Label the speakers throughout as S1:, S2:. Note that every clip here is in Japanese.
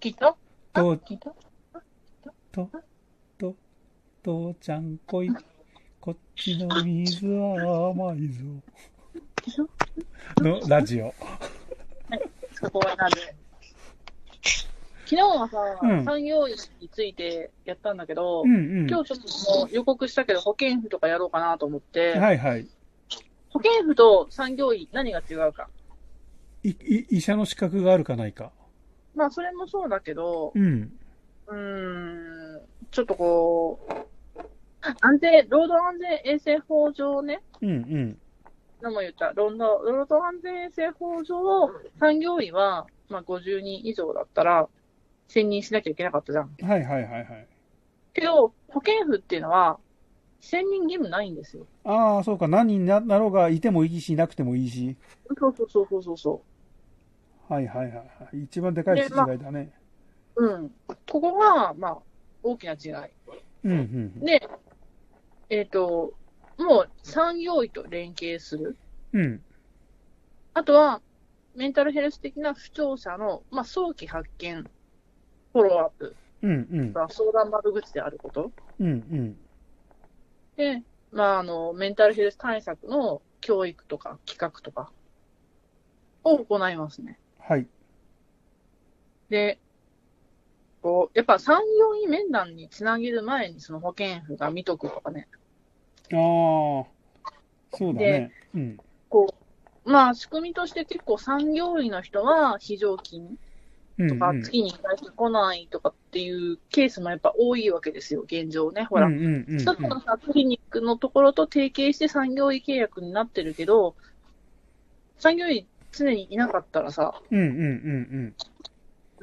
S1: きっと
S2: と
S1: きっと
S2: と、と、父ちゃんこい、こっちの水は甘いぞ。のラジオ。
S1: そこはなぜ昨日はさ、
S2: うん
S1: 産業医についてやったんだけど、
S2: うんうん。
S1: 今日ちょっともう予告したけど、保健婦とかやろうかなと思って、
S2: はいはい。
S1: 保健婦と産業医、何が違うか。
S2: い、い、医者の資格があるかないか。
S1: まあ、それもそうだけど、
S2: うん。
S1: うーん、ちょっとこう、安全、労働安全衛生法上ね、
S2: うんうん。
S1: のも言った、労働労働安全衛生法上、産業医は、まあ、50人以上だったら、選任しなきゃいけなかったじゃん。
S2: はいはいはいはい。
S1: けど、保健婦っていうのは、選任義務ないんですよ。
S2: ああ、そうか。何にななろうが、いてもいいし、いなくてもいいし。
S1: そうそうそうそうそうそ
S2: はいはいはいはい。一番でかい違いだね。
S1: う。うん。ここが、まあ、大きな違い。
S2: うんうん。
S1: で、えっ、と、もう産業医と連携する。
S2: うん。
S1: あとは、メンタルヘルス的な不調者の、まあ、早期発見、フォローアップ、
S2: うんうん。
S1: まあ相談窓口であること。
S2: うんうん。
S1: で、まあ、あの、メンタルヘルス対策の教育とか企画とかを行いますね。
S2: はい。
S1: で、こう、やっぱ産業医面談につなげる前にその保健婦が見とくとかね、
S2: ああ、そうだね。うん。
S1: こう、まあ仕組みとして結構産業医の人は非常勤
S2: うん
S1: とか月に1回しか来ないとかっていうケースもやっぱ多いわけですよ、現状ね。ほら
S2: う、んうんうんうん
S1: 一つのさクリニックのところと提携して産業医契約になってるけど、産業医常にいなかったらさ、
S2: うんうんうん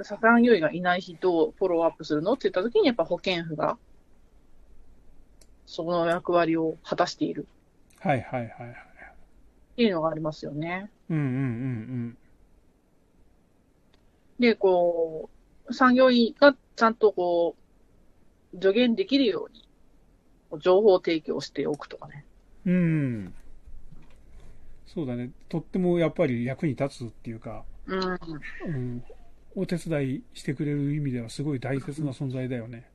S1: 産業医がいない人をフォローアップするのって言った時にやっぱ保健婦が、その役割を果たしている
S2: はいはいはいはい。
S1: っていうのがありますよね。
S2: うんうんうん
S1: で、こう、産業医がちゃんとこう、助言できるように、情報提供しておくとかね。
S2: うん。うん。そうだね。とってもやっぱり役に立つっていうか、
S1: うん。
S2: うん、お手伝いしてくれる意味ではすごい大切な存在だよね。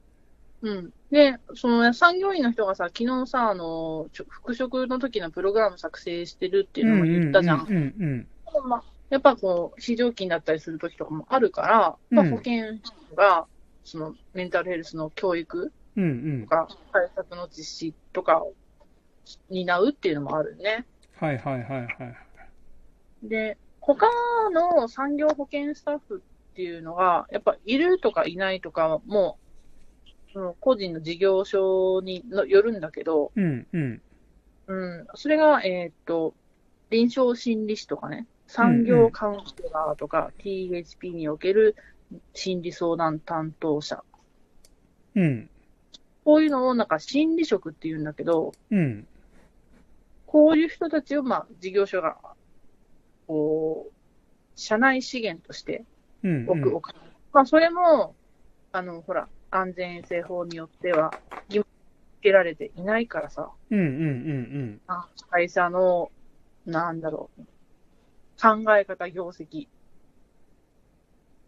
S1: うん。で、その産業医の人がさ、昨日さ、あの、ちょ復職の時のプログラム作成してるっていうのも言ったじゃん。
S2: うんうん
S1: まあやっぱこう、非常勤だったりする時とかもあるから、まあ、
S2: うん
S1: 保健師が、そのメンタルヘルスの教育
S2: うん。うんう
S1: と
S2: ん。
S1: か、対策の実施とかを担うっていうのもあるね。
S2: はいはいはいはい。
S1: で、他の産業保健スタッフっていうのが、やっぱいるとかいないとかはもう、その個人の事業所にのよるんだけど、
S2: うんうん。
S1: うん、それが、えーっと、臨床心理士とかね、産業カウンセラーとか、THP における心理相談担当者。
S2: うん
S1: こういうのをなんか心理職って言うんだけど、
S2: うん。
S1: こういう人たちを、まあ、事業所が、こう、社内資源として
S2: うん
S1: 置くお金。まあ、それも、あの、ほら、安全衛生法によっては義務付けられていないからさ、
S2: うんうんうん
S1: あ会社の、なんだろう、考え方、業績、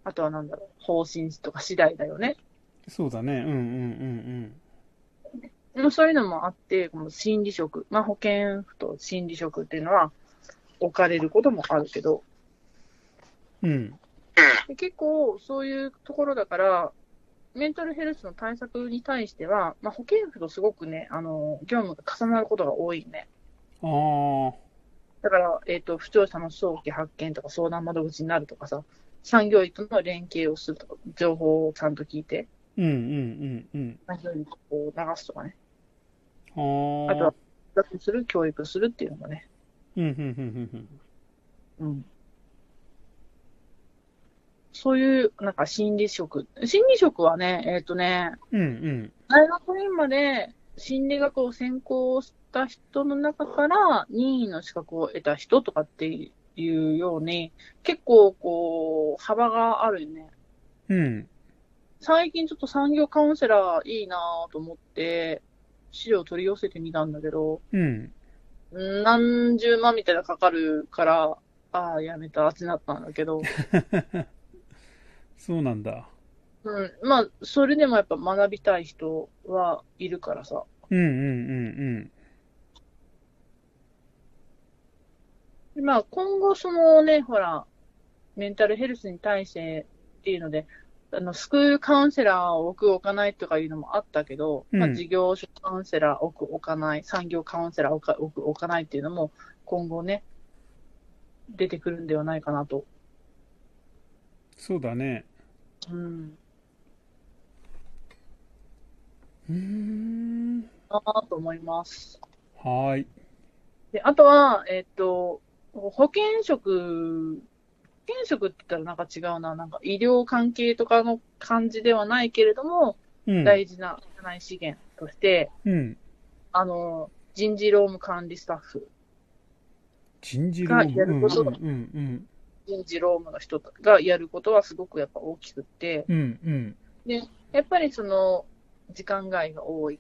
S1: あとはなんだろう、方針とか次第だよね。
S2: そうだね。うんうんうん
S1: もうそういうのもあって、この心理職、まあ、保健婦と心理職っていうのは置かれることもあるけど、
S2: うん。うん。
S1: で結構そういうところだから、メンタルヘルスの対策に対しては、まあ、保健婦とすごくね、あの、業務が重なることが多いね。
S2: ああ。
S1: だから、えっ、と、不調者の早期発見とか相談窓口になるとかさ、産業医との連携をするとか、情報をちゃんと聞いて、
S2: うんうんうんうん。
S1: 産業医にこう流すとかね、
S2: ああ。
S1: あとは、脱する、教育するっていうのがね、
S2: うんうんうんうん
S1: うん。そういう、なんか心理職。心理職はね、えっ、とね、
S2: うん。うん
S1: 大学院まで心理学を専攻した人の中から任意の資格を得た人とかっていうように、結構こう、幅があるよね。
S2: うん。うん。
S1: 最近ちょっと産業カウンセラーいいなぁと思って、資料取り寄せてみたんだけど、
S2: うん。
S1: うん何十万みたいなかかるから、ああ、やめたってなったんだけど、
S2: そうなんだ。
S1: うん。まあ、それでもやっぱ学びたい人はいるからさ。
S2: うんうんうんうん。
S1: まあ、今後そのね、ほら、メンタルヘルスに対してっていうので、あの、スクールカウンセラーを置く置かないとかいうのもあったけど、
S2: うん
S1: まあ、事業所カウンセラー置く置かない、産業カウンセラー置く置く置かないっていうのも、今後ね、出てくるんではないかなと。
S2: そうだね。
S1: うん。
S2: うーん。
S1: かなと思います。
S2: はーい。
S1: で、あとは、えっと、保健職、保健職って言ったらなんか違うな、なんか医療関係とかの感じではないけれども、
S2: うん。
S1: 大事な社内資源として、
S2: うん。
S1: あの、人事労務管理スタッフ、
S2: 人事労務。
S1: がやること
S2: うんうん
S1: 人事労務の人がやることはすごくやっぱ大きくって、
S2: うん。うんうん。
S1: やっぱりその、時間外が多い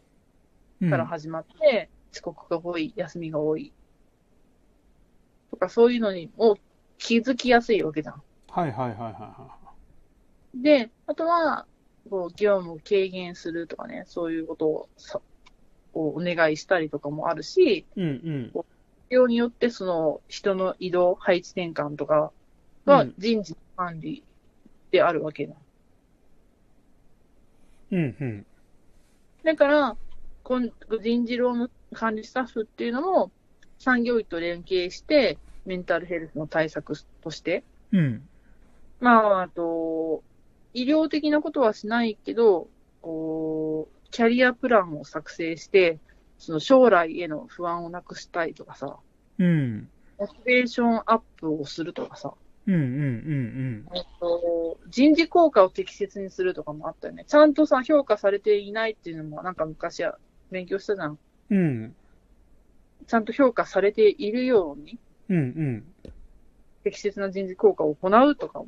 S2: うん
S1: から始まって、遅刻が多い、休みが多い、とかそういうのにも気づきやすいわけじゃん。
S2: はいはいはいはいは
S1: で、あとは、こう、業務を軽減するとかね、そういうことをさ、をお願いしたりとかもあるし、
S2: い。うん
S1: 量によってその人の移動、配置転換とかが
S2: うん
S1: 人事の管理であるわけだ。
S2: うん。うんうん。
S1: だから、こん人事労務管理スタッフっていうのも、産業医と連携して、メンタルヘルスの対策として、
S2: うん。
S1: まあ、あと、医療的なことはしないけど、こう、キャリアプランを作成して、その将来への不安をなくしたいとかさ、
S2: うん。
S1: モチベーションアップをするとかさ、
S2: うんうんうん
S1: えっと人事効果を適切にするとかもあったよね。ちゃんとさ、評価されていないっていうのも、なんか昔は勉強したじゃん。
S2: うん。うん。
S1: ちゃんと評価されているように、
S2: うんうん。
S1: 適切な人事効果を行うとかも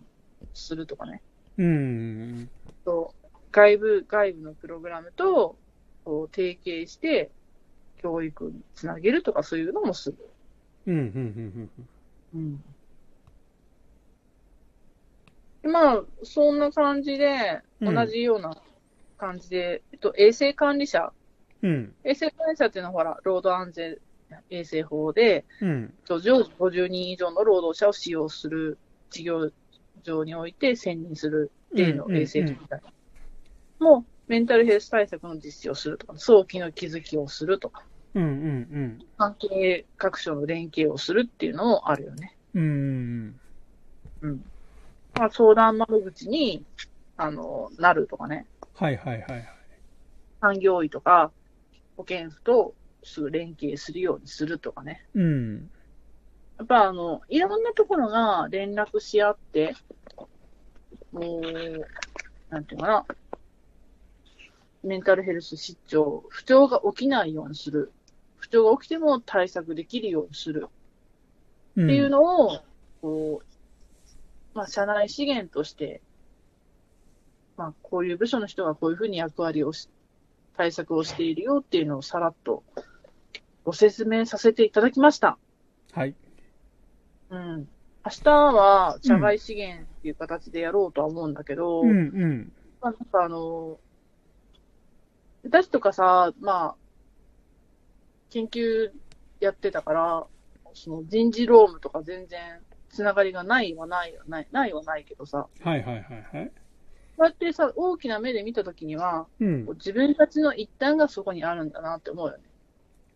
S1: するとかね。
S2: うん。
S1: と外部、外部のプログラムとこう提携して、教育につなげるとかそういうのもする。
S2: うんうん
S1: う
S2: うん
S1: ん。まあ、そんな感じで、
S2: うん
S1: 同じような感じで、えっと、衛生管理者。
S2: うん。うん。
S1: 衛生管理者っていうのはほら、労働安全衛生法で、
S2: うん。
S1: えっと常時50人以上の労働者を使用する事業場において選任する例の衛生機みたいな。もう、メンタルヘルス対策の実施をするとか、早期の気づきをするとか、
S2: うんうん
S1: 関係各所の連携をするっていうのもあるよね。
S2: うん。うん。
S1: うん。まあ、相談窓口に、あの、なるとかね、
S2: はいはいはいはい。
S1: 産業医とか、保健婦とすぐ連携するようにするとかね。
S2: うん。
S1: やっぱあの、いろんなところが連絡し合って、もう、なんていうのかな、メンタルヘルス失調、不調が起きないようにする。不調が起きても対策できるようにする。
S2: うん。
S1: っていうのを、こう、まあ、社内資源として、まあ、こういう部署の人がこういうふうに役割をし、対策をしているよっていうのをさらっとご説明させていただきました。
S2: はい。
S1: うん。明日は社外資源っていう形でやろうとは思うんだけど、
S2: うんうん。
S1: まあ、なんかあの、私とかさ、まあ、研究やってたから、その人事労務とか全然つながりがないはないはない、ないはないけどさ、
S2: はいはいはいはい。
S1: こうやってさ、大きな目で見たときには、
S2: うん
S1: こう。自分たちの一端がそこにあるんだなって思うよね。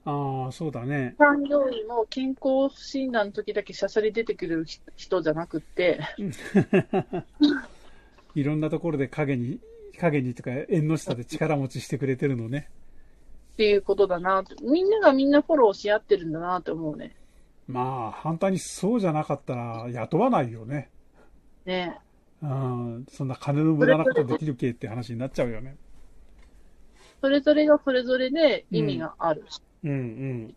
S2: ああ、そうだね。
S1: 産業医も健康診断の時だけしゃしゃり出てくる人じゃなくって、
S2: いろんなところで影に、影にとか縁の下で力持ちしてくれてるのね。
S1: っていうことだなと。みんながみんなフォローし合ってるんだなって思うね。
S2: まあ、反対にそうじゃなかったら雇わないよね。
S1: ね
S2: うん、そんな金の無駄なことできるけって話になっちゃうよね。
S1: それぞれがそれぞれで意味がある。
S2: うんうん。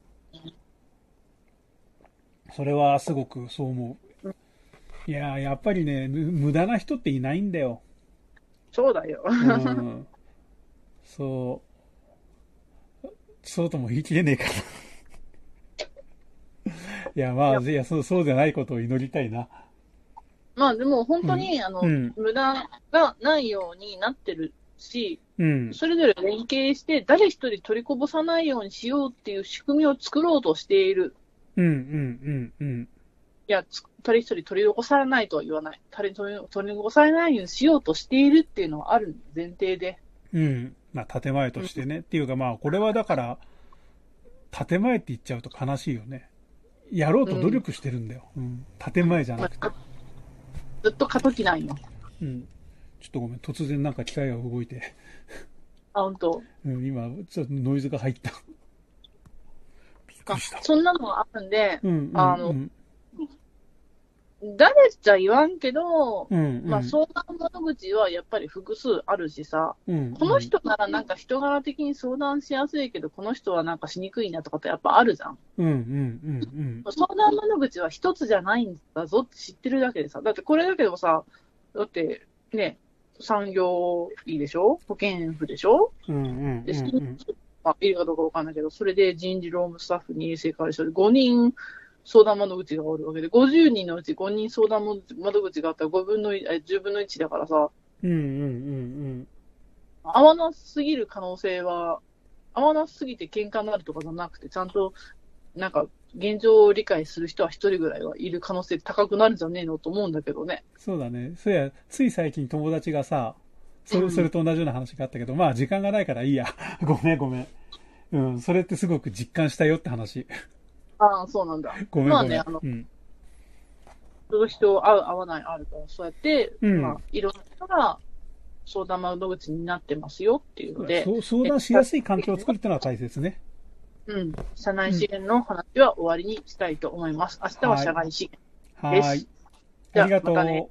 S2: それはすごくそう思う。いやー、やっぱりね、む無駄な人っていないんだよ。
S1: そうだよ。
S2: うん。そう。そうとも言い切れねえかな。い や、まあ、いや、そう、そうじゃないことを祈りたいな。
S1: まあでも本当に、あの、
S2: うん。
S1: 無駄がないようになってるし、
S2: うん。
S1: それぞれ連携して、誰一人取りこぼさないようにしようっていう仕組みを作ろうとしている。
S2: うん。うん。うん。うん。
S1: いや、つ誰一人取り残されないとは言わない。誰一人取り残されないようにしようとしているっていうのはある前提で。
S2: うん。まあ、建前としてね。っていうか、まあ、これはだから、建前って言っちゃうと悲しいよね。やろうと努力してるんだよ。うん。建前じゃ
S1: ま
S2: な
S1: あ
S2: くて。
S1: かずっと過渡期なんよ。
S2: うん。ちょっとごめん。突然なんか機械が動いて。
S1: あ、本当。
S2: うん、今、ちょっとノイズが入った。びっくりした。
S1: そんなのあるんで、
S2: うん。うん
S1: あの
S2: うん
S1: 誰じゃ言わんけど、
S2: うん。うん
S1: まあ相談窓口はやっぱり複数あるしさ、
S2: うん。
S1: この人ならなんか人柄的に相談しやすいけど、この人はなんかしにくいなとかってやっぱあるじゃん。
S2: うん。うん。うん。
S1: 相談窓口は一つじゃないんだぞって知ってるだけでさ、だってこれだけでもさ、だってね、産業医でしょ保健婦でしょ
S2: うん。うん。うん。
S1: で、
S2: うんうん
S1: まあ、いるかどうかわかんないけど、それで人事労務スタッフに衛生管理所で5人相談窓口がおるわけで、50人のうち5人相談窓口があったら5分の1、え10分の1だからさ、
S2: うんうん
S1: 合わなすぎる可能性は、合わなすぎて喧嘩になるとかじゃなくて、ちゃんと、なんか、現状を理解する人は一人ぐらいはいる可能性高くなるんじゃねえのと思うんだけどね。
S2: そうだね。そういや、つい最近友達がさ、それ
S1: うん
S2: それと同じような話があったけど、まあ時間がないからいいや。ごめんごめん。うん、それってすごく実感したよって話。
S1: ああ、そうなんだ。
S2: ごめん
S1: ま
S2: ご
S1: あ
S2: めん。
S1: ねあの
S2: うん、
S1: 人と人合う合わないあるから、そうやって、
S2: うん
S1: まあ、いろんな人が相談窓口になってますよっていうので、
S2: そう相談しやすい環境を作るっていうのは大切ね。
S1: うん、社内資源の話は終わりにしたいと思います。明日は社外資源
S2: は
S1: です。
S2: ーい。
S1: じゃあ
S2: ありがとう。
S1: またね